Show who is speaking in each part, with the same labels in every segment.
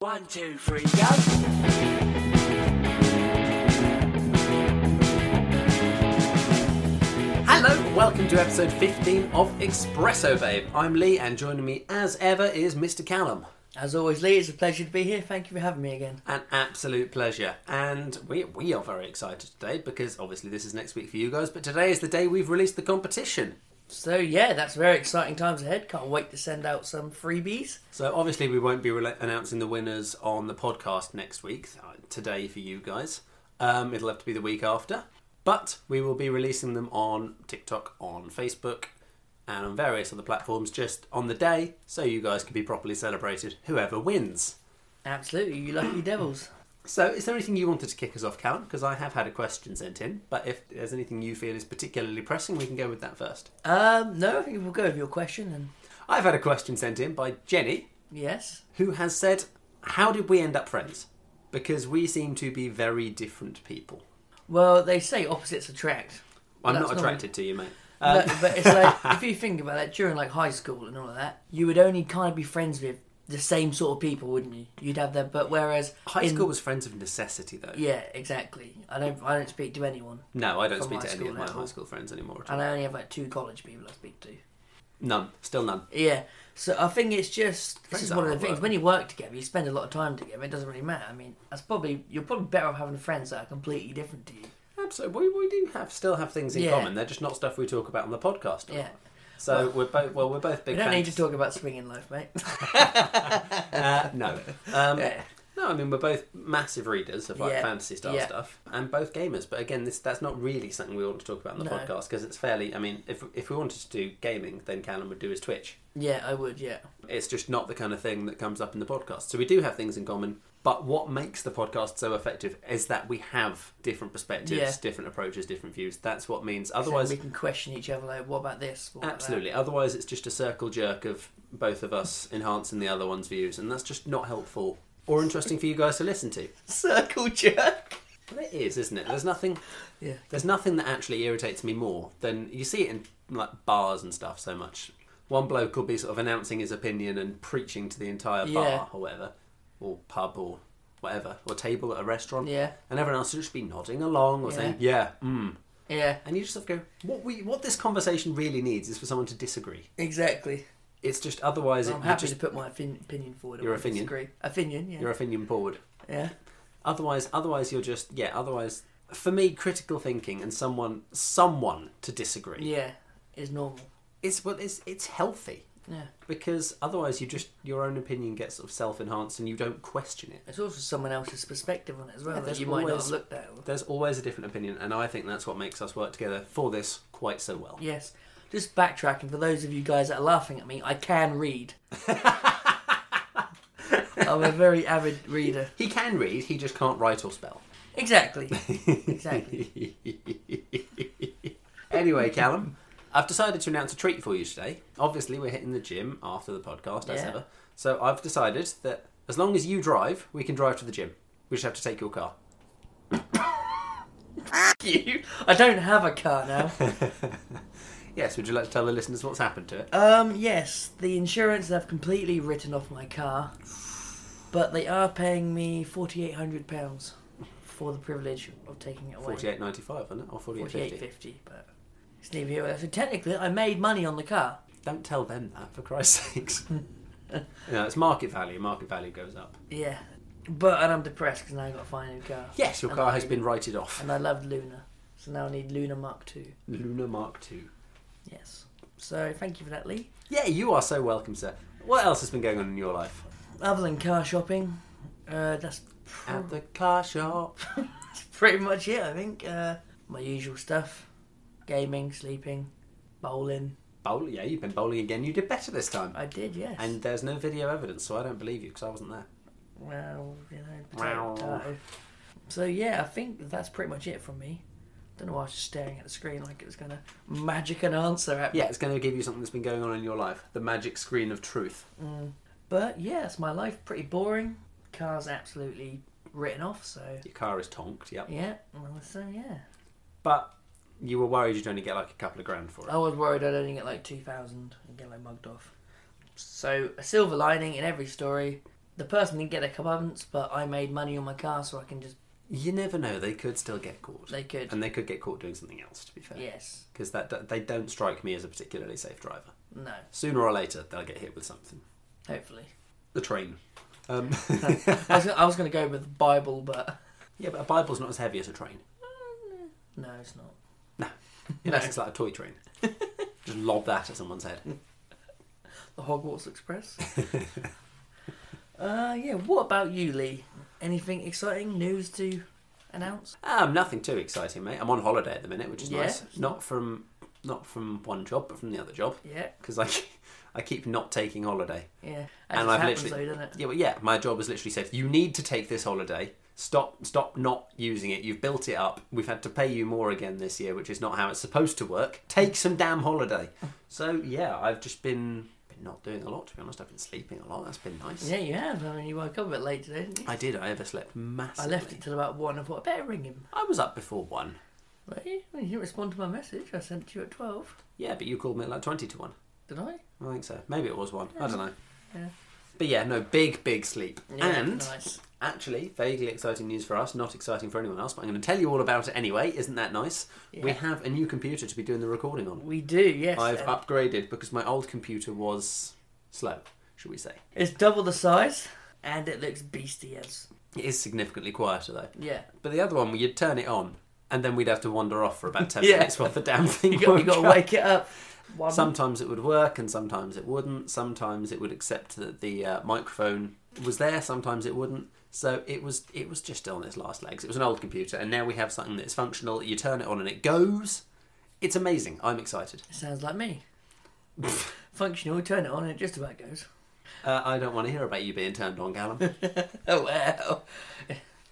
Speaker 1: One, two, three, go.
Speaker 2: Hello, welcome to episode 15 of Espresso Babe. I'm Lee, and joining me as ever is Mr. Callum.
Speaker 1: As always, Lee, it's a pleasure to be here. Thank you for having me again.
Speaker 2: An absolute pleasure. And we, we are very excited today because obviously this is next week for you guys, but today is the day we've released the competition.
Speaker 1: So, yeah, that's very exciting times ahead. Can't wait to send out some freebies.
Speaker 2: So obviously we won't be rela announcing the winners on the podcast next week, uh, today for you guys. Um, it'll have to be the week after. But we will be releasing them on TikTok, on Facebook, and on various other platforms just on the day so you guys can be properly celebrated, whoever wins.
Speaker 1: Absolutely, you lucky devils.
Speaker 2: So, is there anything you wanted to kick us off, Callum? Because I have had a question sent in, but if there's anything you feel is particularly pressing, we can go with that first.
Speaker 1: Um, no, I think we'll go with your question then.
Speaker 2: I've had a question sent in by Jenny,
Speaker 1: Yes.
Speaker 2: who has said, How did we end up friends? Because we seem to be very different people.
Speaker 1: Well, they say opposites attract.
Speaker 2: I'm
Speaker 1: That's
Speaker 2: not
Speaker 1: not- Uh,
Speaker 2: attracted to you, mate. Uh,
Speaker 1: But, but it's like, if you think about that, during like high school and all of that, you would only kind of be friends with the same sort of people, wouldn't you? You'd have them, but whereas.
Speaker 2: High
Speaker 1: in-
Speaker 2: school was friends of necessity, though.
Speaker 1: Yeah, exactly. I don't, I don't speak to anyone.
Speaker 2: No, I don't
Speaker 1: From
Speaker 2: speak to
Speaker 1: high
Speaker 2: any of
Speaker 1: school Uh,
Speaker 2: my
Speaker 1: at all.
Speaker 2: high school friends anymore. At all.
Speaker 1: And I only have like two college people I speak to.
Speaker 2: None. Still none.
Speaker 1: Yeah. So I think it's just this
Speaker 2: Friends
Speaker 1: is
Speaker 2: are
Speaker 1: one of the
Speaker 2: hard
Speaker 1: things.
Speaker 2: work.
Speaker 1: When you work together, you spend a lot of time together. It doesn't really matter. I mean, that's probably you're probably better off having friends that are completely different to you.
Speaker 2: Absolutely. We, we do have still have things in
Speaker 1: Yeah.
Speaker 2: common. They're just not stuff we talk about on the podcast.
Speaker 1: Yeah.
Speaker 2: So we're both well, we're both Oh, big
Speaker 1: We don't
Speaker 2: fans.
Speaker 1: need to talk about swinging life, mate.
Speaker 2: Uh, no. Um,
Speaker 1: Yeah.
Speaker 2: No, I mean we're both massive readers of like
Speaker 1: Yeah.
Speaker 2: fantasy style
Speaker 1: Yeah.
Speaker 2: stuff, and both gamers. But again, this that's not really something we want to talk about on the
Speaker 1: No.
Speaker 2: podcast because it's fairly. I mean, if if we wanted to do gaming, then Callum would do his Twitch.
Speaker 1: yeah, I would. Yeah.
Speaker 2: It's just not the kind of thing that comes up in the podcast. So we do have things in common. But what makes the podcast so effective is that we have different perspectives,
Speaker 1: Yeah.
Speaker 2: different approaches, different views. That's what means.
Speaker 1: So
Speaker 2: Otherwise,
Speaker 1: we can question each other like, what about this? What about that?
Speaker 2: Absolutely. Otherwise, it's just a circle jerk of both of us enhancing the other one's views, and that's just not helpful or interesting for you guys to listen to.
Speaker 1: Circle jerk.
Speaker 2: But it is, isn't it? There's nothing.
Speaker 1: Yeah.
Speaker 2: There's nothing that actually irritates me more than you see it in like bars and stuff so much. One bloke will be sort of announcing his opinion and preaching to the entire
Speaker 1: Yeah.
Speaker 2: bar or whatever, or pub or whatever, or table at a restaurant.
Speaker 1: Yeah.
Speaker 2: And everyone else will just be nodding along or
Speaker 1: Yeah.
Speaker 2: saying, "Yeah, mm."
Speaker 1: Yeah.
Speaker 2: And you just have to go. What we what this conversation really needs is for someone to disagree.
Speaker 1: Exactly.
Speaker 2: It's just otherwise it,
Speaker 1: I'm
Speaker 2: you
Speaker 1: happy
Speaker 2: just
Speaker 1: to put my opin- opinion forward. I
Speaker 2: Your
Speaker 1: wouldn't
Speaker 2: opinion?
Speaker 1: disagree. Opinion. Yeah.
Speaker 2: your opinion forward.
Speaker 1: yeah.
Speaker 2: Otherwise, otherwise you're just yeah. Otherwise, for me, critical thinking and someone someone to disagree.
Speaker 1: Yeah. Is normal.
Speaker 2: It's well, it's it's healthy
Speaker 1: Yeah.
Speaker 2: because otherwise you just your own opinion gets sort of self enhanced and you don't question it.
Speaker 1: It's also someone else's perspective on it as well that
Speaker 2: there's
Speaker 1: you might not
Speaker 2: always-
Speaker 1: have looked at.
Speaker 2: There's always a different opinion, and I think that's what makes us work together for this quite so well.
Speaker 1: Yes. Just backtracking for those of you guys that are laughing at me, I can read. I'm a very avid reader.
Speaker 2: He can read, he just can't write or spell.
Speaker 1: Exactly. Exactly.
Speaker 2: anyway, Callum, I've decided to announce a treat for you today. Obviously, we're hitting the gym after the podcast, as
Speaker 1: Yeah.
Speaker 2: ever. So I've decided that as long as you drive, we can drive to the gym. We just have to take your car.
Speaker 1: you. I don't have a car now.
Speaker 2: Yes, would you like to tell the listeners what's happened to it?
Speaker 1: Um, yes, the insurance have completely written off my car, but they are paying me £4,800 for the privilege of taking it away.
Speaker 2: Forty-eight ninety-five, isn't it? Or forty-eight fifty?
Speaker 1: 4850 but it's neither here nor there. So technically, I made money on the car.
Speaker 2: Don't tell them that, for Christ's sakes. no, it's market value. Market value goes up.
Speaker 1: Yeah. But, and I'm depressed because now I've got to find a new car.
Speaker 2: Yes, your
Speaker 1: And
Speaker 2: car
Speaker 1: I-
Speaker 2: has been writed off.
Speaker 1: And I loved Luna. So now I need Luna Mark 2.
Speaker 2: Luna Mark Two.
Speaker 1: Yes. So thank you for that, Lee.
Speaker 2: Yeah, you are so welcome, sir. What else has been going on in your life?
Speaker 1: Other than car shopping, uh, that's pr-
Speaker 2: At the car shop.
Speaker 1: that's pretty much it, I think. Uh, my usual stuff gaming, sleeping, bowling.
Speaker 2: Bowl, yeah, you've been bowling again. You did better this time.
Speaker 1: I did, yes.
Speaker 2: And there's no video evidence, so I don't believe you because I wasn't there.
Speaker 1: well, you know, potato,
Speaker 2: Wow.
Speaker 1: potato. So yeah, I think that's pretty much it from me. Don't know why I was just staring at the screen like it was going to magic an answer at me.
Speaker 2: Yeah, it's going to give you something that's been going on in your life the magic screen of truth.
Speaker 1: But yeah, it's my life. Pretty boring. Car's absolutely written off, so
Speaker 2: Your car is tonked, yep.
Speaker 1: yeah. Well, So yeah.
Speaker 2: But you were worried you'd only get like a couple of grand for it.
Speaker 1: I was worried I'd only get like 2,000 and get like mugged off. So, a silver lining in every story The person didn't get their comeuppance, but I made money on my car, so I can just
Speaker 2: You never know; they could still get caught.
Speaker 1: They could.
Speaker 2: and they could get caught doing something else. To be fair,
Speaker 1: yes,
Speaker 2: because that do- they don't strike me as a particularly safe driver.
Speaker 1: no,
Speaker 2: Sooner or later, they'll get hit with something.
Speaker 1: hopefully.
Speaker 2: The train. Um,
Speaker 1: I was, gonna- I was going to go with Bible, but
Speaker 2: yeah, but a Bible's not as heavy as a train.
Speaker 1: no, it's not.
Speaker 2: Unless it's like a toy train. Just lob that at someone's head.
Speaker 1: The Hogwarts Express. uh, yeah. What about you, Lee? Anything exciting news to announce?
Speaker 2: Um, nothing too exciting, mate. I'm on holiday at the minute, which is
Speaker 1: Yeah.
Speaker 2: nice. Not from not from one job, but from the other job.
Speaker 1: Yeah,
Speaker 2: Because I, ke- I keep not taking holiday.
Speaker 1: yeah. That
Speaker 2: And
Speaker 1: just
Speaker 2: I've
Speaker 1: happens,
Speaker 2: literally-
Speaker 1: though, doesn't it?
Speaker 2: Yeah, well, yeah. My job has literally said you need to take this holiday. Stop, stop not using it. You've built it up. We've had to pay you more again this year, which is not how it's supposed to work. Take some damn holiday. So yeah, I've just been been not doing a lot. To be honest, I've been sleeping a lot. That's been nice.
Speaker 1: Yeah, you have. I mean, you woke up a bit late today, didn't you?
Speaker 2: I did. I overslept
Speaker 1: I
Speaker 2: massively.
Speaker 1: left it till about one. I thought I better ring him.
Speaker 2: I was up before one.
Speaker 1: Like, you you didn't respond to my message. I sent you at twelve.
Speaker 2: Yeah, but you called me at like twenty to one.
Speaker 1: Did I?
Speaker 2: I think so. Maybe it was one. I don't know.
Speaker 1: Yeah.
Speaker 2: But yeah, no, big, big sleep.
Speaker 1: Yeah,
Speaker 2: and
Speaker 1: nice.
Speaker 2: actually, vaguely exciting news for us, not exciting for anyone else, but I'm going to tell you all about it anyway. Isn't that nice? We
Speaker 1: Yeah.
Speaker 2: have a new computer to be doing the recording on.
Speaker 1: We do. Yes.
Speaker 2: I've
Speaker 1: and
Speaker 2: upgraded because my old computer was slow, should we say.
Speaker 1: It's double the size, and it looks beastie as.
Speaker 2: It is significantly quieter though.
Speaker 1: Yeah.
Speaker 2: But the other one, you'd turn it on and then we'd have to wander off for about 10
Speaker 1: Yeah.
Speaker 2: minutes while the damn thing
Speaker 1: You got,
Speaker 2: woke
Speaker 1: you got to
Speaker 2: up.
Speaker 1: wake it up. One.
Speaker 2: Sometimes it would work and sometimes it wouldn't. Sometimes it would accept that the uh, microphone was there, sometimes it wouldn't. So it was it was just on its last legs. It was an old computer and now we have something that's functional. You turn it on and it goes. It's amazing. I'm excited.
Speaker 1: Sounds like me. Functional. Turn it on, and it just about goes.
Speaker 2: Uh, I don't want to hear about you being turned on, Callum. This
Speaker 1: Oh well.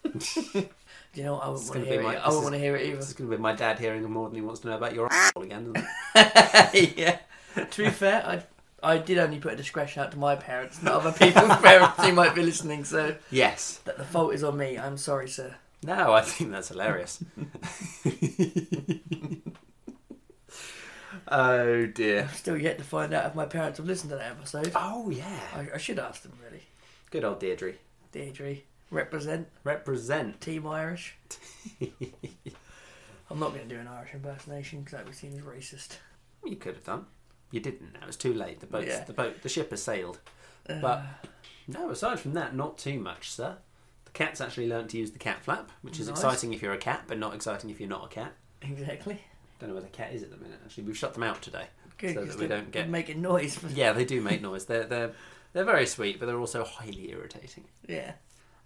Speaker 1: Do you know what? I
Speaker 2: is gonna
Speaker 1: wouldn't want to
Speaker 2: be
Speaker 1: hear
Speaker 2: my-
Speaker 1: it.
Speaker 2: this
Speaker 1: I
Speaker 2: is-
Speaker 1: wouldn't want to hear it
Speaker 2: is going to be my dad hearing more than he wants to know about your again, isn't it?
Speaker 1: either. yeah. To be fair, I I did only put a discretion out to my parents, not other people's parents who might be listening. So
Speaker 2: Yes.
Speaker 1: that the fault is on me. I'm sorry, sir.
Speaker 2: No, I think that's hilarious. oh dear.
Speaker 1: I've still yet to find out if my parents have listened to that episode.
Speaker 2: Oh yeah.
Speaker 1: I, I should ask them really.
Speaker 2: Good old Deirdre.
Speaker 1: Deirdre, represent
Speaker 2: Represent.
Speaker 1: Team Irish. I'm not going to do an Irish impersonation because that would seem racist.
Speaker 2: You could have done. You didn't. Now it's too late. The boat.
Speaker 1: Yeah. Uh.
Speaker 2: The boat. The ship has sailed. But no. Aside from that, not too much, sir. The cat's actually learnt to use the cat flap, which is
Speaker 1: Nice.
Speaker 2: exciting if you're a cat, but not exciting if you're not a cat.
Speaker 1: Exactly.
Speaker 2: Don't know where the cat is at the minute. Actually, we've shut them out today,
Speaker 1: Good.
Speaker 2: so
Speaker 1: 'cause
Speaker 2: that we
Speaker 1: they're
Speaker 2: don't get.
Speaker 1: making noise. For...
Speaker 2: Yeah, they do make noise. They're they're they're very sweet, but they're also highly irritating.
Speaker 1: yeah.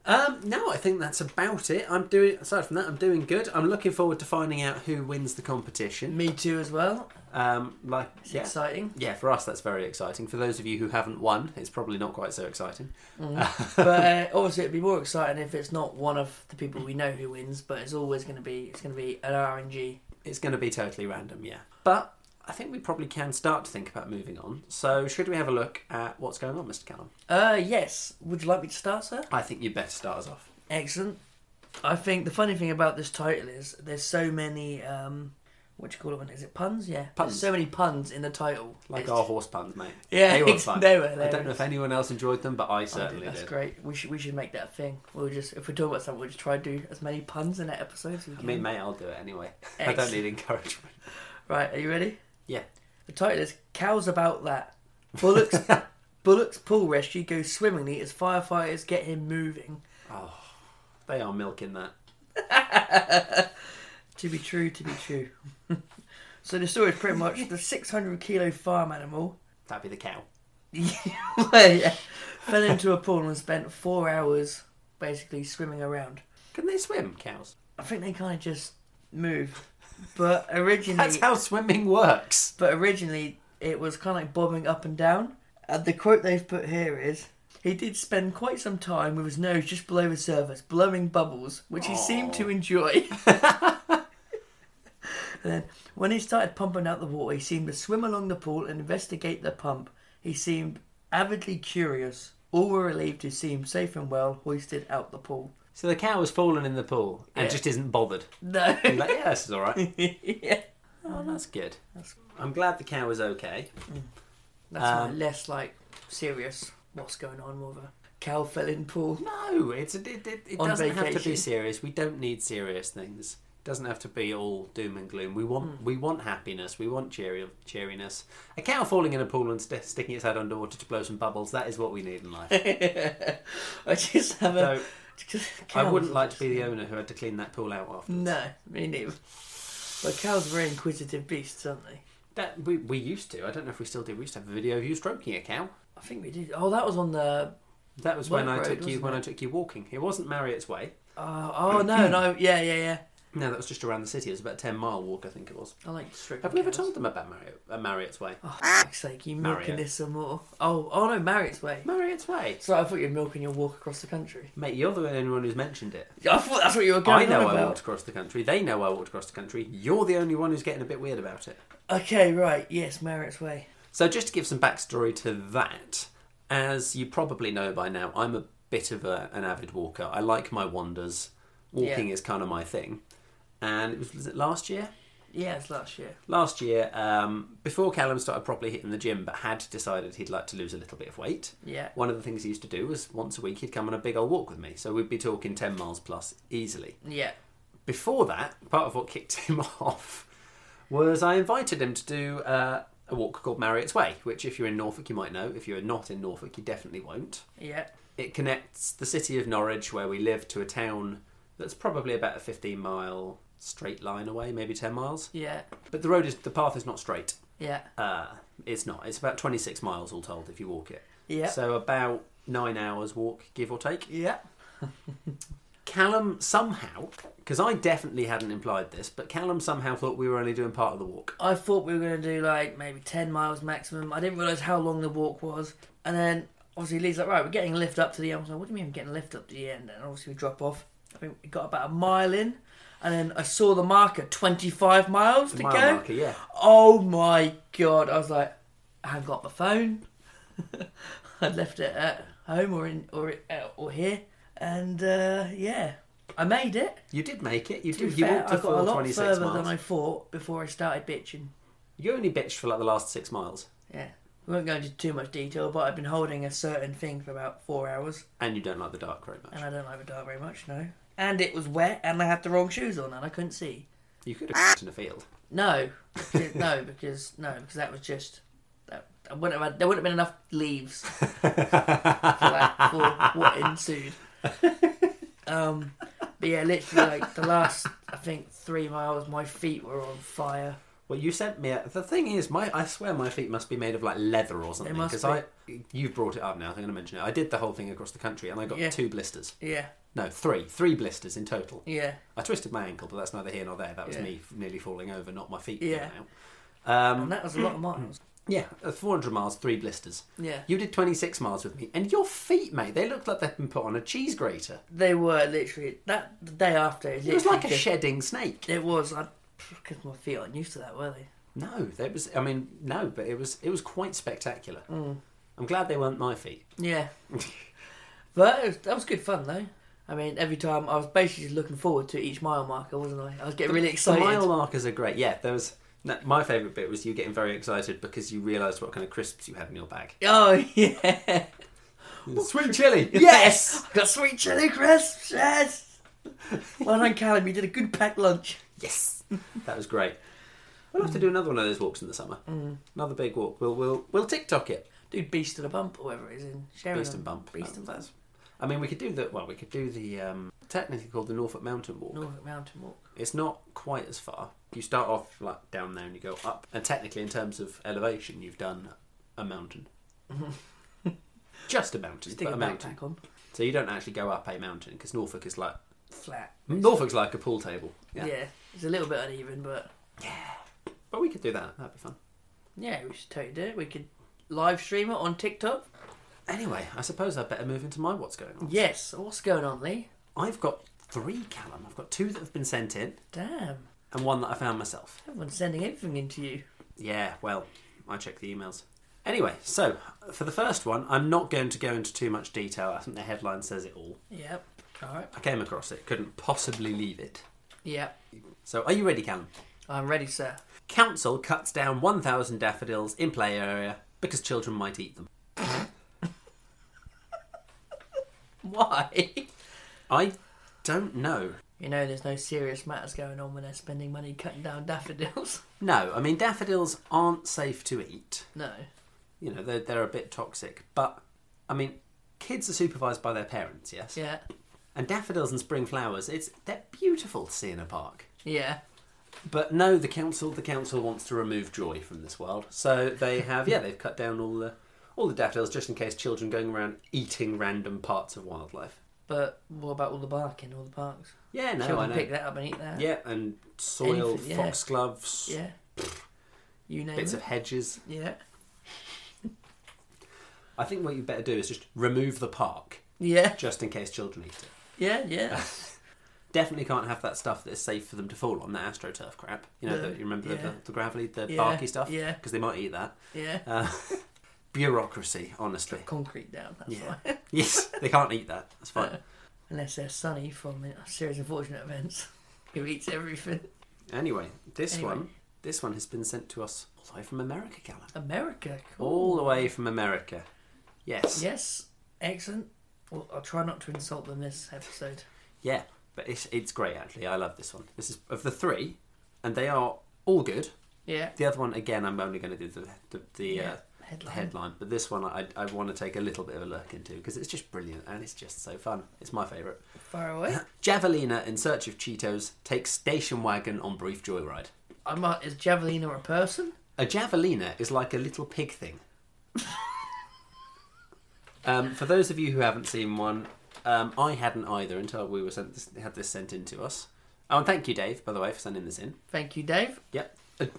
Speaker 2: Um, no, I think that's about it. I'm doing. Aside from that, I'm doing good. I'm looking forward to finding out who wins the competition.
Speaker 1: Me too as well.
Speaker 2: Um, like
Speaker 1: It's
Speaker 2: yeah.
Speaker 1: exciting.
Speaker 2: Yeah, for us that's very exciting. For those of you who haven't won, it's probably not quite so exciting. Mm.
Speaker 1: but uh, obviously it'd be more exciting if it's not one of the people we know who wins. But it's always going to be it's going to be an RNG.
Speaker 2: It's going to be totally random, yeah. But I think we probably can start to think about moving on. So, should we have a look at what's going on, Mr. Callum?
Speaker 1: Uh, yes. Would you like me to start, sir?
Speaker 2: I think you'd better start us off.
Speaker 1: Excellent. I think the funny thing about this title is there's so many um, what do you call it? When is it puns? Yeah,
Speaker 2: Puns.
Speaker 1: There's so many puns in the title.
Speaker 2: Like
Speaker 1: It's-
Speaker 2: our horse puns, mate.
Speaker 1: Yeah,
Speaker 2: they were fun.
Speaker 1: they were,
Speaker 2: I
Speaker 1: they
Speaker 2: don't
Speaker 1: were.
Speaker 2: know if anyone else enjoyed them, but I
Speaker 1: I think
Speaker 2: certainly
Speaker 1: that's
Speaker 2: did.
Speaker 1: great. We should we should make that a thing. We'll just if we're talking about something, we'll just try to do as many puns in that episode. As we
Speaker 2: I
Speaker 1: can.
Speaker 2: mean, mate, I'll do it anyway. I don't
Speaker 1: Excellent.
Speaker 2: need encouragement.
Speaker 1: right? Are you ready?
Speaker 2: Yeah.
Speaker 1: The title is "Cows About That." Bullock's Bullock's pool rescue goes swimmingly as firefighters get him moving.
Speaker 2: They are milking that.
Speaker 1: To be true, to be true. so the story is pretty much the 600 kilo farm animal
Speaker 2: That'd be the cow.
Speaker 1: yeah, fell into a pool and spent four hours basically swimming around.
Speaker 2: Can they swim, cows?
Speaker 1: I think they kind of just move, but originally,
Speaker 2: That's how swimming works.
Speaker 1: but originally it was kind of like bobbing up and down. And the quote they've put here is. He did spend quite some time with his nose just below the surface, blowing bubbles, which he seemed to enjoy. and then, when he started pumping out the water, he seemed to swim along the pool and investigate the pump. He seemed avidly curious. All were relieved to see him safe and well, hoisted out the pool.
Speaker 2: So the cow has fallen in the pool and
Speaker 1: Yeah.
Speaker 2: just isn't bothered.
Speaker 1: No.
Speaker 2: He's like, yeah, this is all right.
Speaker 1: yeah.
Speaker 2: Oh, that's good.
Speaker 1: That's-
Speaker 2: I'm glad the cow is okay.
Speaker 1: That's
Speaker 2: Um,
Speaker 1: like less like serious. What's going on? More of a cow fell in pool.
Speaker 2: No, it's it, it, it
Speaker 1: On
Speaker 2: doesn't have to be
Speaker 1: vacation.
Speaker 2: serious. We don't need serious things. It doesn't have to be all doom and gloom. We want we want happiness. We want cheery, cheeriness. A cow falling in a pool and st- sticking its head underwater to blow some bubbles. That is what we need in life.
Speaker 1: I just have a.
Speaker 2: so I
Speaker 1: Cows
Speaker 2: wouldn't
Speaker 1: are
Speaker 2: like to
Speaker 1: just-
Speaker 2: be the owner who had to clean that pool out after.
Speaker 1: No, me neither. But cows are very inquisitive beasts, aren't they?
Speaker 2: That we, we used to. I don't know if we still do. We used to have a video of you stroking a cow.
Speaker 1: I think we did. Oh, that was on the.
Speaker 2: That was when
Speaker 1: Work
Speaker 2: I
Speaker 1: road,
Speaker 2: took you
Speaker 1: wasn't
Speaker 2: when
Speaker 1: it?
Speaker 2: I took you walking. It wasn't Marriott's Way.
Speaker 1: Oh, oh no, no, yeah, yeah, yeah.
Speaker 2: No, that was just around the city. It was about a ten mile walk, I think it was.
Speaker 1: I like strict.
Speaker 2: Have we ever told them about Marriott, uh, Marriott's Way?
Speaker 1: Oh, for fuck's sake, you milking
Speaker 2: Marriott.
Speaker 1: this some more? Oh, oh no, Marriott's way.
Speaker 2: Marriott's Way.
Speaker 1: So I thought you were milking your walk across the country.
Speaker 2: Mate, you're the only one who's mentioned it.
Speaker 1: I thought that's what you were
Speaker 2: I
Speaker 1: going
Speaker 2: know
Speaker 1: on
Speaker 2: I
Speaker 1: about.
Speaker 2: walked across the country. They know I walked across the country. You're the only one who's getting a bit weird about it.
Speaker 1: Okay, right. Yes, Marriott's way.
Speaker 2: So, just to give some backstory to that, as you probably know by now, I'm a bit of a, an avid walker. I like my wanders. Walking
Speaker 1: Yeah.
Speaker 2: is kind of my thing. And it was, was it last year?
Speaker 1: Yeah, it's last year.
Speaker 2: Last year, um, before Callum started properly hitting the gym, but had decided he'd like to lose a little bit of weight,
Speaker 1: Yeah.
Speaker 2: one of the things he used to do was once a week he'd come on a big old walk with me. So we'd be talking 10 miles plus easily.
Speaker 1: Yeah.
Speaker 2: before that, part of what kicked him off was I invited him to do uh, a walk called Marriott's Way, which, if you're in Norfolk, you might know. If you're not in Norfolk, you definitely won't.
Speaker 1: Yeah.
Speaker 2: It connects the city of Norwich, where we live, to a town that's probably about a 15 mile straight line away, maybe 10 miles.
Speaker 1: Yeah.
Speaker 2: But the road is, the path is not straight.
Speaker 1: Yeah.
Speaker 2: Uh, it's not. It's about 26 miles all told if you walk it.
Speaker 1: Yeah.
Speaker 2: So about nine hours walk, give or take.
Speaker 1: yeah.
Speaker 2: Callum somehow, because I definitely hadn't implied this, but Callum somehow thought we were only doing part of the walk.
Speaker 1: I thought we were going to do like maybe 10 miles maximum. I didn't realise how long the walk was. And then obviously Lee's like, right, we're getting a lift up to the end. I was like, what do you mean I'm getting a lift up to the end? And obviously we drop off. I think we got about a mile in. And then I saw the marker, 25 miles to
Speaker 2: Mile
Speaker 1: go.
Speaker 2: marker, yeah.
Speaker 1: Oh my god! I was like, I haven't got my phone. I'd left it at home or in or uh, or here, and uh, yeah, I made it.
Speaker 2: You did make it. You
Speaker 1: To be
Speaker 2: did. You
Speaker 1: fair,
Speaker 2: walked
Speaker 1: I
Speaker 2: a
Speaker 1: got a
Speaker 2: full
Speaker 1: lot
Speaker 2: 26
Speaker 1: further
Speaker 2: miles.
Speaker 1: than I thought before I started bitching.
Speaker 2: You only bitched for like the last six miles,
Speaker 1: Yeah, we won't go into too much detail, but I've been holding a certain thing for about four hours,
Speaker 2: and you don't like the dark very much.
Speaker 1: and I don't like the dark very much. No, and it was wet, and I had the wrong shoes on, and I couldn't see.
Speaker 2: You
Speaker 1: Ah!
Speaker 2: could have in a field.
Speaker 1: No, because, no, because no, because that was just. that I wouldn't have had, there wouldn't have been enough leaves for, that, for what ensued. Um, but yeah, literally like the last, I think three miles, my feet were on fire.
Speaker 2: Well, you sent me. A, the thing is, my I swear my feet must be made of like leather or something.
Speaker 1: must
Speaker 2: Because I, you've brought it up now. so I'm going to mention it. I did the whole thing across the country, and I got
Speaker 1: Yeah.
Speaker 2: two blisters.
Speaker 1: Yeah,
Speaker 2: No, three, three blisters in total.
Speaker 1: yeah,
Speaker 2: I twisted my ankle, but that's neither here nor there. That was
Speaker 1: Yeah.
Speaker 2: me f- nearly falling over, not my feet
Speaker 1: Yeah.
Speaker 2: yeah. out. Um,
Speaker 1: and that was a lot of miles.
Speaker 2: Yeah, uh, 400 miles, three blisters.
Speaker 1: Yeah,
Speaker 2: You did 26 miles with me, and your feet, mate, they looked like they'd been put on a cheese grater.
Speaker 1: they were literally that the day after. It,
Speaker 2: It was
Speaker 1: literally
Speaker 2: like a
Speaker 1: just-
Speaker 2: shedding snake.
Speaker 1: It was because my feet aren't used to that, were they?
Speaker 2: No, that was. I mean, no, but it was. It was quite spectacular.
Speaker 1: Mm.
Speaker 2: I'm glad they weren't my feet.
Speaker 1: Yeah. but it was, that was good fun, though. I mean, every time I was basically just looking forward to each mile marker, wasn't I? I was getting really excited.
Speaker 2: The mile markers are great. Yeah, there was. No, my favourite bit was you getting very excited because you realised what kind of crisps you had in your bag.
Speaker 1: Oh yeah,
Speaker 2: Sweet chili.
Speaker 1: yes! Got sweet chili crisps. Yes. well done, Callum. You did a good packed lunch.
Speaker 2: Yes, that was great. We'll have to do another one of those walks in the summer.
Speaker 1: Mm.
Speaker 2: Another big walk. We'll we'll we'll TikTok it.
Speaker 1: Dude, Beast of the Bump or whatever it is in Sheridan.
Speaker 2: Beast and Bump.
Speaker 1: Beast and
Speaker 2: That-
Speaker 1: Bump.
Speaker 2: I mean, we could do the well. We could do the um, technically called the Norfolk Mountain Walk.
Speaker 1: Norfolk Mountain Walk.
Speaker 2: It's not quite as far. You start off like down there and you go up, and technically, in terms of elevation, you've done a mountain. Just a mountain,
Speaker 1: Stick
Speaker 2: but
Speaker 1: a
Speaker 2: a mountain.
Speaker 1: backpack on.
Speaker 2: So you don't actually go up a mountain because Norfolk is like
Speaker 1: Flat.
Speaker 2: Norfolk's like a pool table.
Speaker 1: Yeah.
Speaker 2: Yeah.
Speaker 1: It's a little bit uneven, but
Speaker 2: but we could do that. That'd be fun.
Speaker 1: yeah, we should totally do it. We could live stream it on TikTok.
Speaker 2: Anyway, I suppose I would better move into my what's going on.
Speaker 1: Yes. What's going on, Lee?
Speaker 2: I've got three, Callum. I've got two that have been sent in
Speaker 1: Damn.
Speaker 2: and one that I found myself.
Speaker 1: Everyone's sending everything into you.
Speaker 2: Yeah, well, I check the emails. Anyway, so for the first one, I'm not going to go into too much detail. I think the headline says it all.
Speaker 1: Yep. All right.
Speaker 2: I came across it, couldn't possibly leave it.
Speaker 1: Yep.
Speaker 2: So, are you ready, Callum?
Speaker 1: I'm ready, sir.
Speaker 2: Council cuts down 1,000 daffodils in play area because children might eat them.
Speaker 1: Why?
Speaker 2: I don't know.
Speaker 1: You know, there's no serious matters going on when they're spending money cutting down daffodils.
Speaker 2: No, I mean daffodils aren't safe to eat.
Speaker 1: No.
Speaker 2: You know, they're, they're a bit toxic, but I mean, kids are supervised by their parents, yes.
Speaker 1: Yeah.
Speaker 2: And daffodils and spring flowers, it's they're beautiful to see in a park.
Speaker 1: Yeah.
Speaker 2: But no, the council the council wants to remove joy from this world, so they have yeah they've cut down all the all the daffodils just in case children going around eating random parts of wildlife.
Speaker 1: But what about all the bark in all the parks?
Speaker 2: Yeah, no, I
Speaker 1: Children
Speaker 2: know.
Speaker 1: pick that up and eat that.
Speaker 2: Yeah, and soil,
Speaker 1: Anything, yeah.
Speaker 2: foxgloves,
Speaker 1: Yeah. You name
Speaker 2: bits
Speaker 1: it.
Speaker 2: of hedges.
Speaker 1: yeah.
Speaker 2: I think what you better do is just remove the park,
Speaker 1: Yeah.
Speaker 2: just in case children eat it.
Speaker 1: Yeah. Yeah.
Speaker 2: Definitely can't have that stuff that's safe for them to fall on, that astroturf crap. You know,
Speaker 1: No,
Speaker 2: the, you remember the,
Speaker 1: yeah.
Speaker 2: the, the gravelly, the
Speaker 1: Yeah,
Speaker 2: barky stuff?
Speaker 1: yeah.
Speaker 2: Because they might eat that.
Speaker 1: yeah.
Speaker 2: Uh, bureaucracy, honestly.
Speaker 1: Concrete down. That's
Speaker 2: Yeah.
Speaker 1: why.
Speaker 2: yes, they can't eat that. That's fine.
Speaker 1: Unless they're sunny from a series of unfortunate events, who eats everything?
Speaker 2: Anyway, this
Speaker 1: Anyway.
Speaker 2: one, this one has been sent to us all the way from America, Callum.
Speaker 1: America. Cool.
Speaker 2: All the way from America. Yes.
Speaker 1: Yes. Excellent. Well, I'll try not to insult them this episode.
Speaker 2: Yeah, but it's it's great actually. I love this one. This is of the three, and they are all good.
Speaker 1: Yeah.
Speaker 2: The other one again, I'm only going to do the the, the
Speaker 1: Yeah,
Speaker 2: uh,
Speaker 1: headline.
Speaker 2: headline, but this one I I want to take a little bit of a look into because it's just brilliant and it's just so fun. It's my favourite.
Speaker 1: Far away.
Speaker 2: Javelina in search of Cheetos takes station wagon on brief joyride.
Speaker 1: I might. Is javelina a person?
Speaker 2: A javelina is like a little pig thing. um, for those of you who haven't seen one, um, I hadn't either until we were sent this, had this sent in to us. Oh, and thank you, Dave, by the way, for sending this in.
Speaker 1: Thank you, Dave.
Speaker 2: Yep.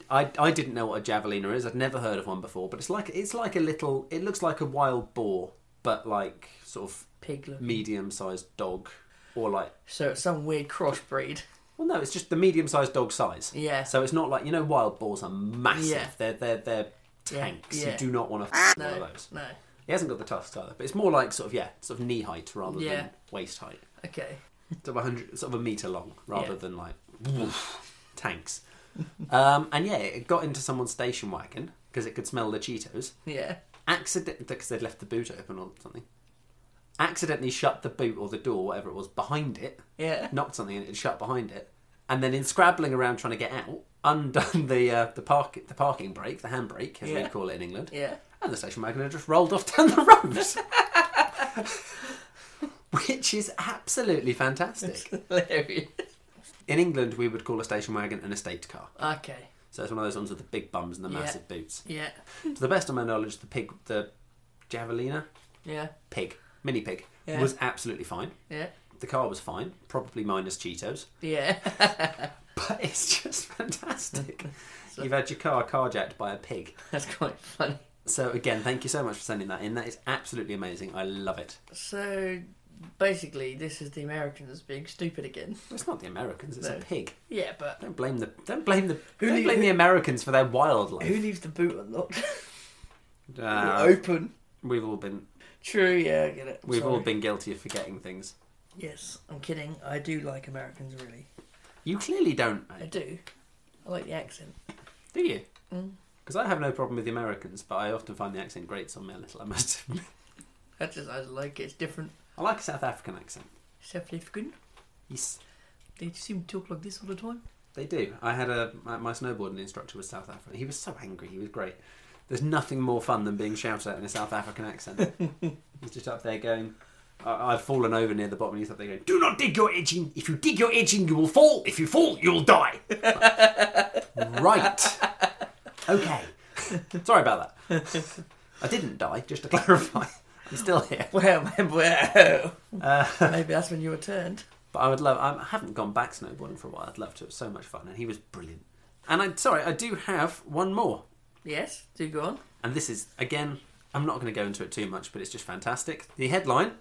Speaker 2: I, I didn't know what a javelina is. I'd never heard of one before, but it's like it's like a little. It looks like a wild boar, but like sort of
Speaker 1: Piglet.
Speaker 2: medium-sized dog, or like
Speaker 1: So it's some weird crossbreed.
Speaker 2: well, no, it's just the medium-sized dog size.
Speaker 1: Yeah.
Speaker 2: So it's not like you know, wild boars are massive.
Speaker 1: Yeah.
Speaker 2: They're they're they're
Speaker 1: Yeah,
Speaker 2: tanks.
Speaker 1: yeah.
Speaker 2: You do not want to f- one
Speaker 1: No.
Speaker 2: of those.
Speaker 1: No.
Speaker 2: He hasn't got the tusks either, but it's more like sort of yeah, sort of knee height rather
Speaker 1: Yeah.
Speaker 2: than waist height.
Speaker 1: Okay.
Speaker 2: Sort of a hundred, sort of a meter long rather
Speaker 1: Yeah.
Speaker 2: than like woof, tanks. um, and yeah, it got into someone's station wagon because it could smell the Cheetos.
Speaker 1: Yeah.
Speaker 2: Accident because they'd left the boot open or something. Accidentally shut the boot or the door, whatever it was, behind it
Speaker 1: Yeah.
Speaker 2: knocked something and it shut behind it, and then in scrabbling around trying to get out, undone the uh, the park the parking brake, the handbrake as we
Speaker 1: Yeah.
Speaker 2: call it in England,
Speaker 1: Yeah.
Speaker 2: and the station wagon had just rolled off down the road, which is absolutely fantastic.
Speaker 1: Hilarious.
Speaker 2: In England, we would call a station wagon an estate car,
Speaker 1: Okay.
Speaker 2: so it's one of those ones with the big bums and the
Speaker 1: Yeah.
Speaker 2: massive boots.
Speaker 1: Yeah.
Speaker 2: To the best of my knowledge, the pig, the javelina
Speaker 1: Yeah.
Speaker 2: pig, mini pig,
Speaker 1: Yeah.
Speaker 2: was absolutely fine.
Speaker 1: Yeah.
Speaker 2: The car was fine, probably minus Cheetos.
Speaker 1: Yeah.
Speaker 2: But it's just fantastic. You've had your car carjacked by a pig.
Speaker 1: That's quite funny.
Speaker 2: So again, thank you so much for sending that in. That is absolutely amazing. I love it.
Speaker 1: So basically, this is the Americans being stupid again.
Speaker 2: Well, it's not the Americans; it's a
Speaker 1: No.
Speaker 2: pig.
Speaker 1: Yeah, but
Speaker 2: Don't blame the don't blame the
Speaker 1: Who
Speaker 2: don't
Speaker 1: knew-
Speaker 2: blame
Speaker 1: who-
Speaker 2: the Americans for their wildlife.
Speaker 1: who leaves the boot unlocked?
Speaker 2: Ah,
Speaker 1: Open.
Speaker 2: we've all been
Speaker 1: True. Yeah, I get it. I'm
Speaker 2: we've all
Speaker 1: sorry.
Speaker 2: been guilty of forgetting things.
Speaker 1: Yes, I'm kidding. I do like Americans, really.
Speaker 2: You clearly don't,
Speaker 1: I
Speaker 2: mate,
Speaker 1: do. I like the accent.
Speaker 2: do you?
Speaker 1: Mm.
Speaker 2: Because I have no problem with the Americans, but I often find the accent grates on me a little. I must admit.
Speaker 1: I just I like it. It's different.
Speaker 2: I like a South African accent.
Speaker 1: South African.
Speaker 2: Yes,
Speaker 1: They just seem to talk like this all the time.
Speaker 2: They do. I had a my, my snowboarding instructor was South African. He was so angry. He was great. There's nothing more fun than being shouted at in a South African accent. He's just up there going. I- I'd fallen over near the bottom, and he's up there going, "Do not dig your edge in. If you dig your edge in, you will fall. If you fall, you'll die." right. Okay. Sorry about that. I didn't die. Just to clarify, I'm still here.
Speaker 1: Well, well.
Speaker 2: Uh,
Speaker 1: Maybe that's when you were turned.
Speaker 2: But I would love. I haven't gone back snowboarding for a while. I'd love to. It was so much fun, and he was brilliant. And I sorry, I do have one more.
Speaker 1: Yes. Do go on.
Speaker 2: And this is again. I'm not going to go into it too much, but it's just fantastic. The headline: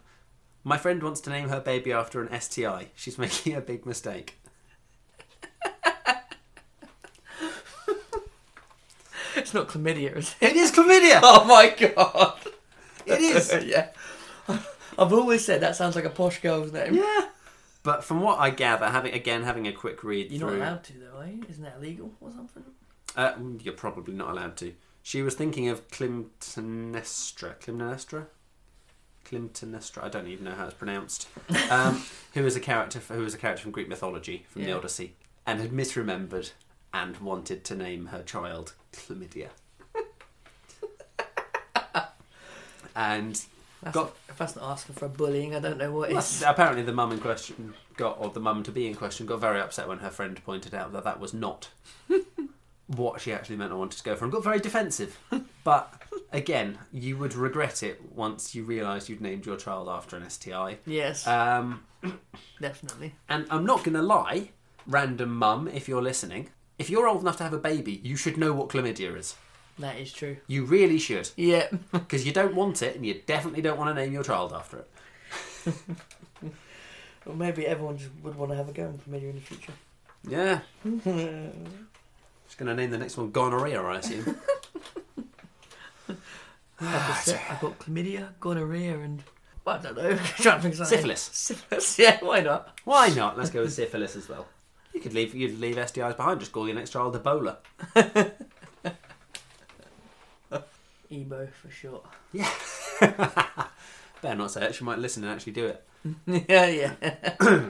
Speaker 2: My friend wants to name her baby after an STI. She's making a big mistake.
Speaker 1: It's not chlamydia, is it?
Speaker 2: It is chlamydia.
Speaker 1: Oh my god.
Speaker 2: It is.
Speaker 1: yeah. I've always said that sounds like a posh girl's name.
Speaker 2: Yeah. But from what I gather, having again having a quick read
Speaker 1: You're not
Speaker 2: through,
Speaker 1: allowed to though, are you? Isn't that illegal or something?
Speaker 2: Uh, you're probably not allowed to. She was thinking of Clytemnestra. Clytemnestra. Clinton Astra, I don't even know how it's pronounced, um, who is a character f- who is a character from Greek mythology from the
Speaker 1: Yeah.
Speaker 2: Odyssey, and had misremembered and wanted to name her child Chlamydia. and
Speaker 1: That's
Speaker 2: Got-
Speaker 1: not, if that's not asking for bullying, I don't know what is.
Speaker 2: apparently, the mum in question got, or the mum to be in question, got very upset when her friend pointed out that that was not what she actually meant or wanted to go for, and got very defensive. But again, you would regret it once you realise you'd named your child after an STI.
Speaker 1: Yes,
Speaker 2: Um,
Speaker 1: definitely.
Speaker 2: and I'm not going to lie, random mum, if you're listening, if you're old enough to have a baby, you should know what chlamydia is.
Speaker 1: That is true.
Speaker 2: You really should,
Speaker 1: Yeah.
Speaker 2: because you don't want it, and you definitely don't want to name your child after it.
Speaker 1: Well, maybe everyone just would want to have a go on Chlamydia in the future.
Speaker 2: Yeah. Just going to name the next one gonorrhea, I assume.
Speaker 1: I've got, se- I've got chlamydia, gonorrhea, and well, I don't know. trying to think of something.
Speaker 2: Syphilis.
Speaker 1: Syphilis. Yeah, why not?
Speaker 2: Why not? Let's go with syphilis as well. You could leave you'd leave STIs behind. Just call your next child Ebola.
Speaker 1: Emo for short.
Speaker 2: Better not say it. She might listen and actually do it.
Speaker 1: yeah, yeah.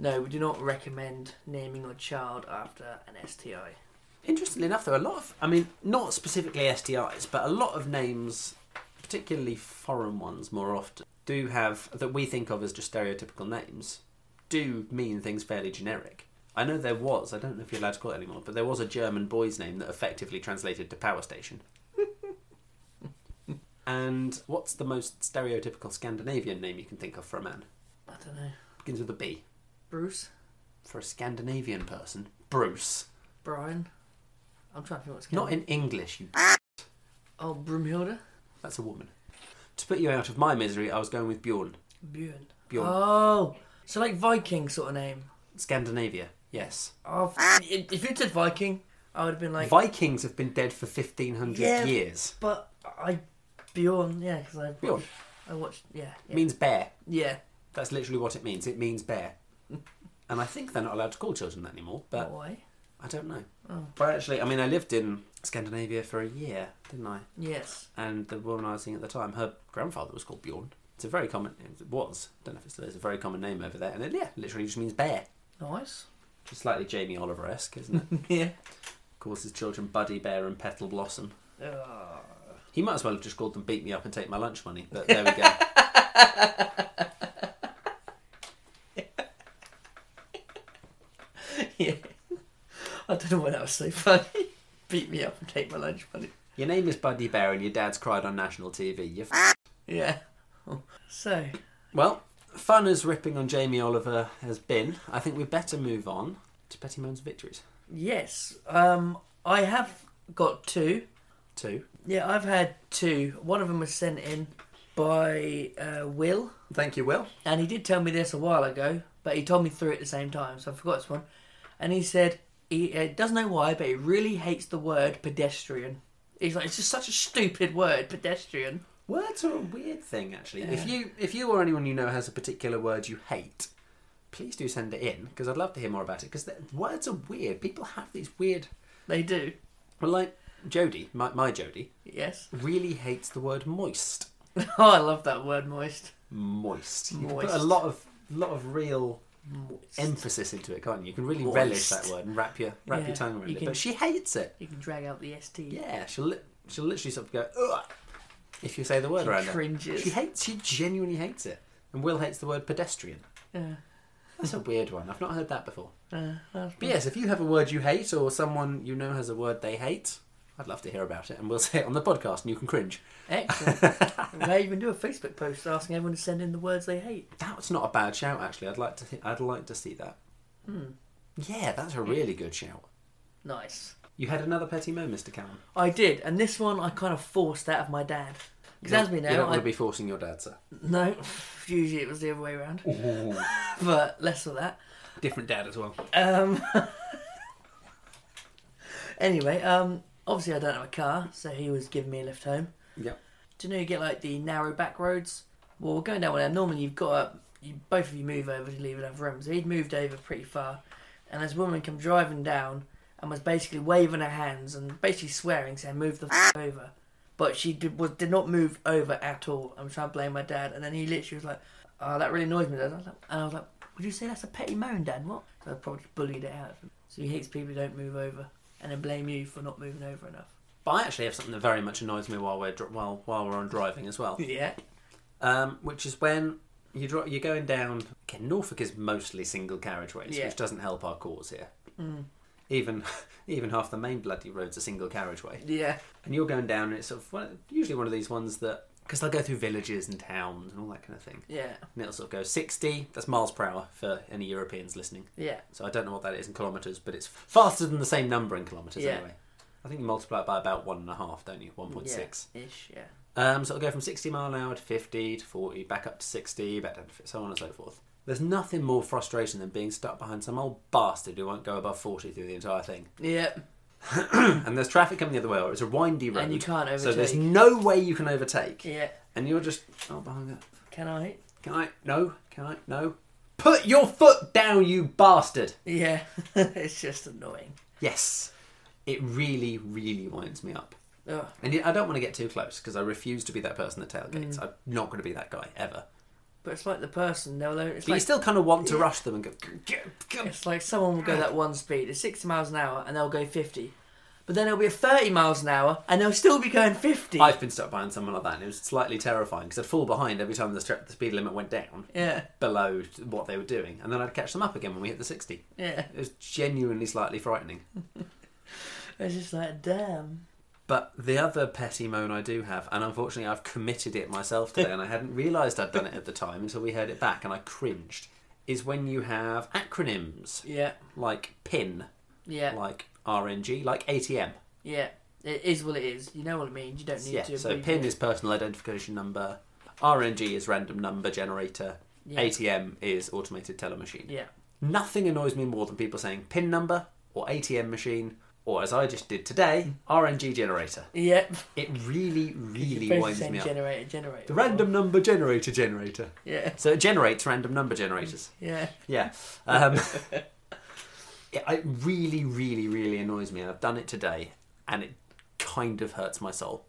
Speaker 1: no, we do not recommend naming your child after an STI.
Speaker 2: Interestingly enough, there are a lot of I mean, not specifically STIs, but a lot of names, particularly foreign ones, more often do have that we think of as just stereotypical names, do mean things fairly generic. I know there was, I don't know if you're allowed to call it anymore, but there was a German boy's name that effectively translated to power station. and what's the most stereotypical Scandinavian name you can think of for a man?
Speaker 1: I don't know.
Speaker 2: begins with a B.
Speaker 1: Bruce,
Speaker 2: For a Scandinavian person, Bruce.
Speaker 1: Brian. I'm trying to think what's going
Speaker 2: Not in English, you.
Speaker 1: Oh, Broomhilda,
Speaker 2: That's a woman. To put you out of my misery, I was going with Bjorn.
Speaker 1: Bjorn.
Speaker 2: Bjorn.
Speaker 1: Oh, so like Viking sort of name.
Speaker 2: Scandinavia, yes.
Speaker 1: Oh, f- if you said Viking, I would have been like,
Speaker 2: Vikings have been dead for 1500
Speaker 1: Yeah.
Speaker 2: years.
Speaker 1: but I Bjorn, yeah, because I
Speaker 2: Bjorn
Speaker 1: I watched, yeah, yeah,
Speaker 2: means bear.
Speaker 1: yeah.
Speaker 2: That's literally what it means. It means bear. And I think they're not allowed to call children that anymore, but
Speaker 1: Why?
Speaker 2: I don't know.
Speaker 1: Oh.
Speaker 2: But actually, I mean, I lived in Scandinavia for a year, didn't I?
Speaker 1: Yes,
Speaker 2: and the woman I was seeing at the time, her grandfather was called Bjorn. It's a very common, it was, don't know if it's still is, a very common name over there. And it, yeah, literally just means bear.
Speaker 1: nice.
Speaker 2: Which is slightly Jamie Oliver esque, isn't it?
Speaker 1: yeah.
Speaker 2: Calls his children Buddy Bear and Petal Blossom.
Speaker 1: Oh.
Speaker 2: He might as well have just called them Beat Me Up and Take My Lunch Money, but there we go.
Speaker 1: yeah. I don't know why that was so funny. Beat me up and take my lunch money.
Speaker 2: Your name is Buddy Bear and your dad's cried on national TV. You f-
Speaker 1: Yeah. So,
Speaker 2: well, fun as ripping on Jamie Oliver has been, I think we'd better move on to Petty Moan's victories.
Speaker 1: yes, um, I have got two.
Speaker 2: Two.
Speaker 1: Yeah, I've had two. One of them was sent in by uh, Will,
Speaker 2: Thank you, Will.
Speaker 1: and he did tell me this a while ago, but he told me through at the same time, so I forgot this one. And he said he uh, doesn't know why, but he really hates the word pedestrian. He's like, it's just such a stupid word, pedestrian.
Speaker 2: Words are a weird thing, actually. If you if you or anyone you know has a particular word you hate, please do send it in because I'd love to hear more about it. Because words are weird. People have these weird.
Speaker 1: They do.
Speaker 2: Well, like Jody, my, my Jody,
Speaker 1: Yes.
Speaker 2: really hates the word moist.
Speaker 1: oh, I love that word, moist.
Speaker 2: Moist. You can put a
Speaker 1: Moist.
Speaker 2: lot of lot of real
Speaker 1: Moist.
Speaker 2: emphasis into it, can't you? You can really
Speaker 1: Moist.
Speaker 2: relish that word and wrap your wrap
Speaker 1: Yeah,
Speaker 2: your tongue around
Speaker 1: you
Speaker 2: it.
Speaker 1: can-
Speaker 2: But she hates it.
Speaker 1: You can drag out the ST.
Speaker 2: Yeah, she'll li- she'll literally sort of go Ugh, if you say the word around her.
Speaker 1: Cringes.
Speaker 2: She hates. She genuinely hates it. And Will hates the word pedestrian.
Speaker 1: Yeah.
Speaker 2: That's a weird one. I've not heard that before.
Speaker 1: Uh, that's-
Speaker 2: But yes, if you have a word you hate or someone you know has a word they hate, I'd love to hear about it and we'll say it on the podcast and you can cringe.
Speaker 1: Excellent. we may even do a Facebook post asking everyone to send in the words they hate.
Speaker 2: That's not a bad shout actually. I'd like to thi- I'd like to see that. Yeah, that's a really good shout.
Speaker 1: Nice.
Speaker 2: You had another petty mo, Mr. Callum.
Speaker 1: I did, and this one I kind of forced out of my dad. Because as we
Speaker 2: you
Speaker 1: know,
Speaker 2: don't
Speaker 1: I,
Speaker 2: want to be forcing your dad, sir.
Speaker 1: no, usually it was the other way around. but less of that.
Speaker 2: Different dad as well.
Speaker 1: Um, anyway, um, obviously I don't have a car, so he was giving me a lift home.
Speaker 2: Yep.
Speaker 1: Do you know you get like the narrow back roads? Well, we're going down one of them. Normally, you've got to, you, both of you move over to leave another room. So he'd moved over pretty far, and this woman come driving down and was basically waving her hands and basically swearing, saying, "Move the f- over." but she did, was, did not move over at all. I'm trying to blame my dad, and then he literally was like, "Oh, that really annoys me." Dad." And I was like, and I was like "Would you say that's a petty moan, Dad? What?" So I probably bullied it out of him. So he hates people who don't move over, and then blame you for not moving over enough.
Speaker 2: But I actually have something that very much annoys me while we're dr- while while we're on driving as well.
Speaker 1: Yeah.
Speaker 2: um, which is when you dri you're going down. Okay, Norfolk is mostly single carriageways,
Speaker 1: Yeah.
Speaker 2: which doesn't help our cause here. Even even half the main bloody roads are single carriageway,
Speaker 1: Yeah.
Speaker 2: and you're going down, and it's sort of one, usually one of these ones that because they'll go through villages and towns and all that kind of thing.
Speaker 1: Yeah.
Speaker 2: And it'll sort of go 60. That's miles per hour for any Europeans listening.
Speaker 1: Yeah.
Speaker 2: So I don't know what that is in kilometres, but it's faster than the same number in kilometres
Speaker 1: Yeah.
Speaker 2: anyway. I think you multiply it by about one and a half, don't you? One point
Speaker 1: yeah.
Speaker 2: six.
Speaker 1: Ish. Yeah.
Speaker 2: Um, so it'll go from 60 mile an hour to 50 to 40, back up to 60, back down to 50, so on and so forth. There's nothing more frustration than being stuck behind some old bastard who won't go above 40 through the entire thing.
Speaker 1: Yeah.
Speaker 2: And there's traffic coming the other way, or it's a windy road.
Speaker 1: And you can't
Speaker 2: So there's
Speaker 1: overtake.
Speaker 2: no way you can overtake.
Speaker 1: Yeah.
Speaker 2: And you're just, oh, behind that.
Speaker 1: Can I?
Speaker 2: Can I? No. Can I? No. Put your foot down, you bastard!
Speaker 1: Yeah. it's just annoying.
Speaker 2: Yes. It really, really winds me up.
Speaker 1: Ugh.
Speaker 2: And I don't want to get too close because I refuse to be that person that tailgates.
Speaker 1: Mm.
Speaker 2: I'm not going to be that guy ever.
Speaker 1: But it's like the person they'll. It's
Speaker 2: But you
Speaker 1: like
Speaker 2: still kind of want to rush them and go. "Get- get-"
Speaker 1: It's like someone will go that one speed, it's 60 miles an hour, and they'll go 50. But then it'll be 30 miles an hour, and they'll still be going 50.
Speaker 2: I've been stuck behind someone like that, and it was slightly terrifying because I'd fall behind every time the, stre- the speed limit went down
Speaker 1: Yeah,
Speaker 2: below what they were doing, and then I'd catch them up again when we hit the sixty.
Speaker 1: yeah.
Speaker 2: It was genuinely slightly frightening.
Speaker 1: It's just like, damn.
Speaker 2: But the other petty moan I do have, and unfortunately I've committed it myself today, and I hadn't realised I'd done it at the time until we heard it back, and I cringed, is when you have acronyms
Speaker 1: Yeah,
Speaker 2: like PIN,
Speaker 1: yeah,
Speaker 2: like RNG, like ATM.
Speaker 1: yeah. It is what it is. You know what I mean. You don't need
Speaker 2: Yeah,
Speaker 1: to.
Speaker 2: so
Speaker 1: abbreviate.
Speaker 2: PIN is personal identification number, RNG is random number generator,
Speaker 1: Yeah.
Speaker 2: ATM is automated teller machine.
Speaker 1: Yeah,
Speaker 2: Nothing annoys me more than people saying PIN number or ATM machine or as I just did today, RNG generator.
Speaker 1: yeah.
Speaker 2: It really, really
Speaker 1: Basically
Speaker 2: winds
Speaker 1: saying
Speaker 2: me up.
Speaker 1: generator, generator.
Speaker 2: The random number generator generator.
Speaker 1: Yeah,
Speaker 2: So it generates random number generators.
Speaker 1: yeah,
Speaker 2: Yeah. Um, it, it really, really, really annoys me, and I've done it today, and it kind of hurts my soul.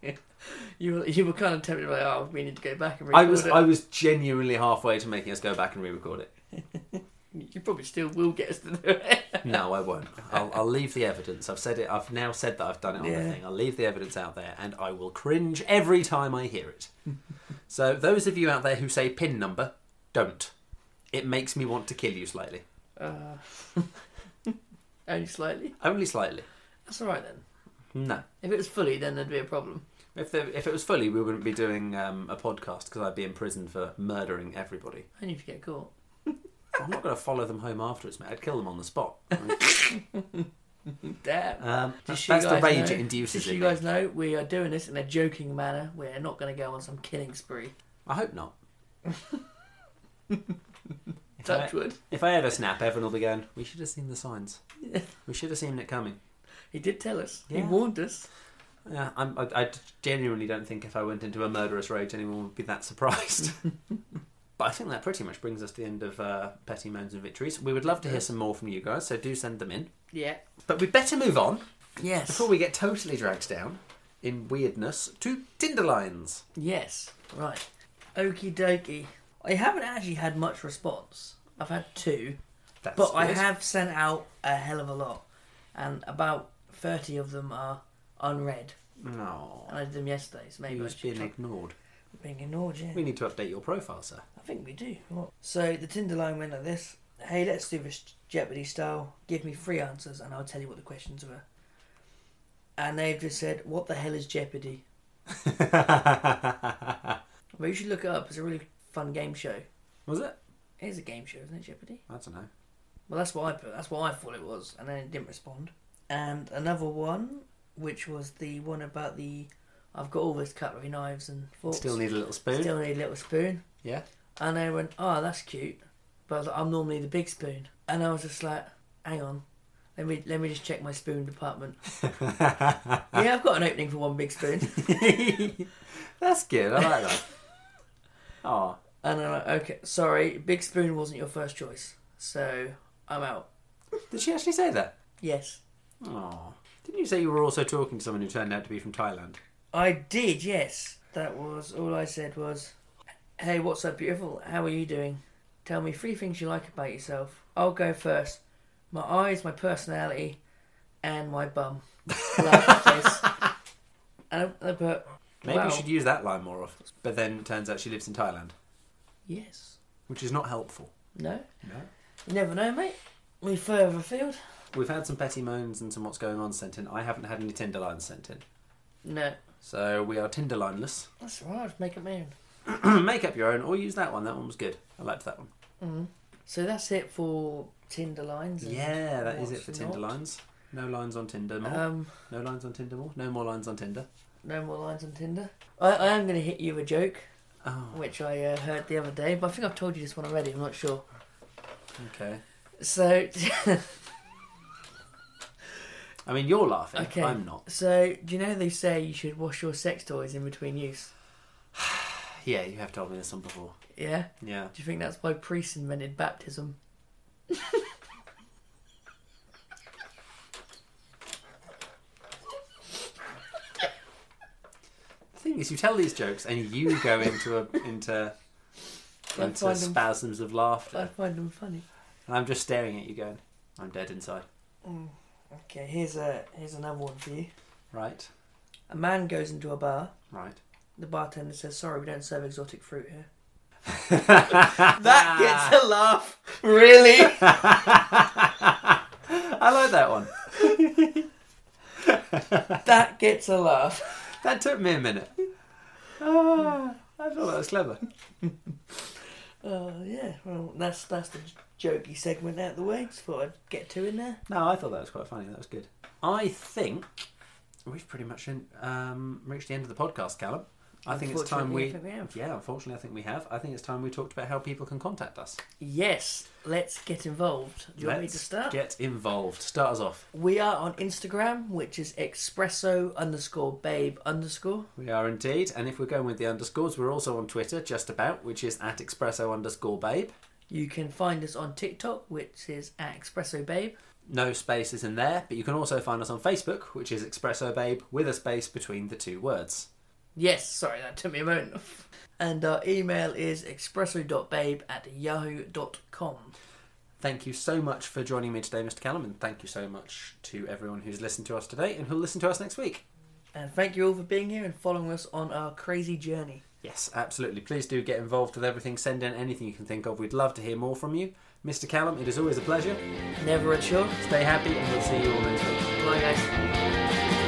Speaker 1: you were, you were kind of tempted like, oh, we need to go back and record
Speaker 2: I was
Speaker 1: it.
Speaker 2: I was genuinely halfway to making us go back and re-record it.
Speaker 1: You probably still will get us to do it.
Speaker 2: No, I won't. I'll, I'll leave the evidence. I've said it. I've now said that I've done it on
Speaker 1: Yeah.
Speaker 2: the thing. I'll leave the evidence out there, and I will cringe every time I hear it. so those of you out there who say pin number, don't. It makes me want to kill you slightly,
Speaker 1: Uh, only slightly.
Speaker 2: only slightly.
Speaker 1: That's all right then.
Speaker 2: No.
Speaker 1: If it was fully, then there'd be a problem.
Speaker 2: If, there, if it was fully, we wouldn't be doing um, a podcast because I'd be in prison for murdering everybody.
Speaker 1: Only if you get caught.
Speaker 2: I'm not going to follow them home afterwards, mate. I'd kill them on the spot.
Speaker 1: Damn.
Speaker 2: Um,
Speaker 1: Just
Speaker 2: that's
Speaker 1: so you
Speaker 2: the rage
Speaker 1: guys know-
Speaker 2: it induces
Speaker 1: Just so
Speaker 2: in
Speaker 1: you
Speaker 2: me.
Speaker 1: guys know, we are doing this in a joking manner. We're not going to go on some killing spree.
Speaker 2: I hope not. if,
Speaker 1: Touch
Speaker 2: I,
Speaker 1: wood.
Speaker 2: if I ever snap, Evan will be going, we should have seen the signs. We should have seen it coming.
Speaker 1: He did tell us. He
Speaker 2: Yeah.
Speaker 1: warned us.
Speaker 2: Yeah, I'm, I, I genuinely don't think if I went into a murderous rage, anyone would be that surprised. but I think that pretty much brings us to the end of uh, Petty Moans and Victories. We would love to hear some more from you guys, so do send them in.
Speaker 1: Yeah.
Speaker 2: But we better move on
Speaker 1: Yes.
Speaker 2: before we get totally dragged down in weirdness to Tinderlines.
Speaker 1: Yes. Right. Okie dokie. I haven't actually had much response. I've had two,
Speaker 2: That's
Speaker 1: but I
Speaker 2: good.
Speaker 1: have sent out a hell of a lot, and about thirty of them are unread.
Speaker 2: No.
Speaker 1: And I did them yesterday, so maybe I
Speaker 2: You've
Speaker 1: should
Speaker 2: been
Speaker 1: try
Speaker 2: ignored.
Speaker 1: being ignored. Yeah.
Speaker 2: We need to update your profile, sir.
Speaker 1: I think we do. What? So the Tinder line went like this: Hey, let's do this Jeopardy style. Give me three answers, and I'll tell you what the questions were. And they've just said, "What the hell is Jeopardy?" Well, you should look it up. It's a really fun game show.
Speaker 2: Was it?
Speaker 1: It is a game show, isn't it, Jeopardy?
Speaker 2: I don't know.
Speaker 1: Well, that's what I put. That's what I thought it was, and then it didn't respond. And another one, which was the one about the, I've got all this cutlery, knives, and forks.
Speaker 2: Still need a little spoon.
Speaker 1: Still need a little spoon.
Speaker 2: Yeah.
Speaker 1: And they went, oh, that's cute. But I was like, I'm normally the big spoon. And I was just like, hang on. Let me, let me just check my spoon department. yeah, I've got an opening for one big spoon.
Speaker 2: That's good. I like that. Oh,
Speaker 1: And I'm like, okay, sorry, big spoon wasn't your first choice. So I'm out.
Speaker 2: did she actually say that?
Speaker 1: Yes.
Speaker 2: Oh, didn't you say you were also talking to someone who turned out to be from Thailand?
Speaker 1: I did, yes. That was all I said was, "Hey, what's up, beautiful? How are you doing? Tell me three things you like about yourself." I'll go first. My eyes, my personality, and my bum. Love face. And I I put
Speaker 2: Maybe
Speaker 1: wow.
Speaker 2: you should use that line more often. But then turns out she lives in Thailand,
Speaker 1: Yes.
Speaker 2: which is not helpful.
Speaker 1: No.
Speaker 2: No.
Speaker 1: You never know, mate. We further afield.
Speaker 2: We've had some petty moans and some what's going on sent in. I haven't had any Tinder lines sent in.
Speaker 1: No.
Speaker 2: So we are Tinder lineless.
Speaker 1: That's all right. Make it my own.
Speaker 2: Make up your own or use that one. That one was good. I liked that one.
Speaker 1: So that's it for Tinder lines. and
Speaker 2: Yeah, that is it
Speaker 1: what's
Speaker 2: for Tinder
Speaker 1: not.
Speaker 2: lines. No lines on Tinder more.
Speaker 1: Um,
Speaker 2: no lines on Tinder more. No more lines on Tinder.
Speaker 1: no more lines on Tinder. I, I am going to hit you with a joke,
Speaker 2: Oh,
Speaker 1: which I uh, heard the other day, but I think I've told you this one already. I'm not sure.
Speaker 2: Oh, okay.
Speaker 1: So,
Speaker 2: I mean, you're laughing.
Speaker 1: Okay.
Speaker 2: I'm not.
Speaker 1: so do you know they say you should wash your sex toys in between use?
Speaker 2: Yeah, you have told me this one before.
Speaker 1: Yeah.
Speaker 2: Yeah.
Speaker 1: Do you think that's why priests invented baptism?
Speaker 2: The thing is, you tell these jokes and you go into a, into
Speaker 1: I
Speaker 2: into
Speaker 1: find 'em-
Speaker 2: spasms of
Speaker 1: I
Speaker 2: laughter,
Speaker 1: find them funny.
Speaker 2: and I'm just staring at you, going, "I'm dead inside."
Speaker 1: Okay, here's a here's another one for you.
Speaker 2: Right,
Speaker 1: A man goes into a bar.
Speaker 2: right.
Speaker 1: The bartender says, "Sorry, we don't serve exotic fruit here."
Speaker 2: that
Speaker 1: gets a laugh. Really?
Speaker 2: I like that one.
Speaker 1: that gets a laugh.
Speaker 2: That took me a minute. Ah, I thought that was clever.
Speaker 1: Oh yeah. Well, that's that's the jokey segment out the way. Just thought I'd get two in there.
Speaker 2: No, I thought that was quite funny. That was good. I think we've pretty much in, um, reached the end of the podcast, Callum. I think it's time
Speaker 1: Unfortunately,
Speaker 2: we.
Speaker 1: I think we have.
Speaker 2: Yeah, unfortunately, I think we have. I think it's time we talked about how people can contact us.
Speaker 1: Yes. Let's get involved. Do you want me to
Speaker 2: Let's
Speaker 1: start?
Speaker 2: Get involved. Start us off.
Speaker 1: we are on Instagram, which is expresso underscore babe underscore.
Speaker 2: We are indeed, and if we're going with the underscores, we're also on Twitter, just about, which is at expresso underscore babe.
Speaker 1: You can find us on TikTok, which is at expresso babe.
Speaker 2: No spaces in there, but you can also find us on Facebook, which is expresso babe with a space between the two words.
Speaker 1: Yes, sorry, that took me a moment. And our email is expresso.babe at yahoo.com.
Speaker 2: Thank you so much for joining me today, Mr. Callum, and thank you so much to everyone who's listened to us today and who'll listen to us next week.
Speaker 1: And thank you all for being here and following us on our crazy journey.
Speaker 2: Yes, absolutely. Please do get involved with everything. Send in anything you can think of. We'd love to hear more from you. Mr. Callum, it is always a pleasure.
Speaker 1: Never a chore.
Speaker 2: Stay happy, and we'll see you all next week.
Speaker 1: Bye, guys.
Speaker 2: Bye.